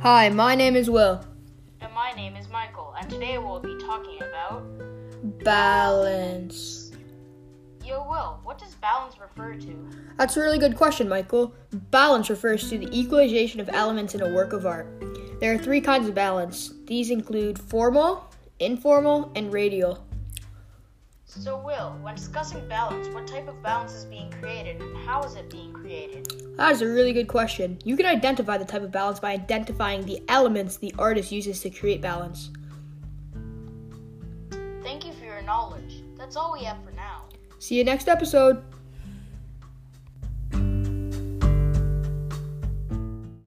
Hi, my name is Will. And my name is Michael, and today we'll be talking about. Balance. Yo, Will, what does balance refer to? That's a really good question, Michael. Balance refers to the equalization of elements in a work of art. There are three kinds of balance. These include formal, informal, and radial. So, Will, when discussing balance, what type of balance is being created and how is it being created? That is a really good question. You can identify the type of balance by identifying the elements the artist uses to create balance. Thank you for your knowledge. That's all we have for now. See you next episode.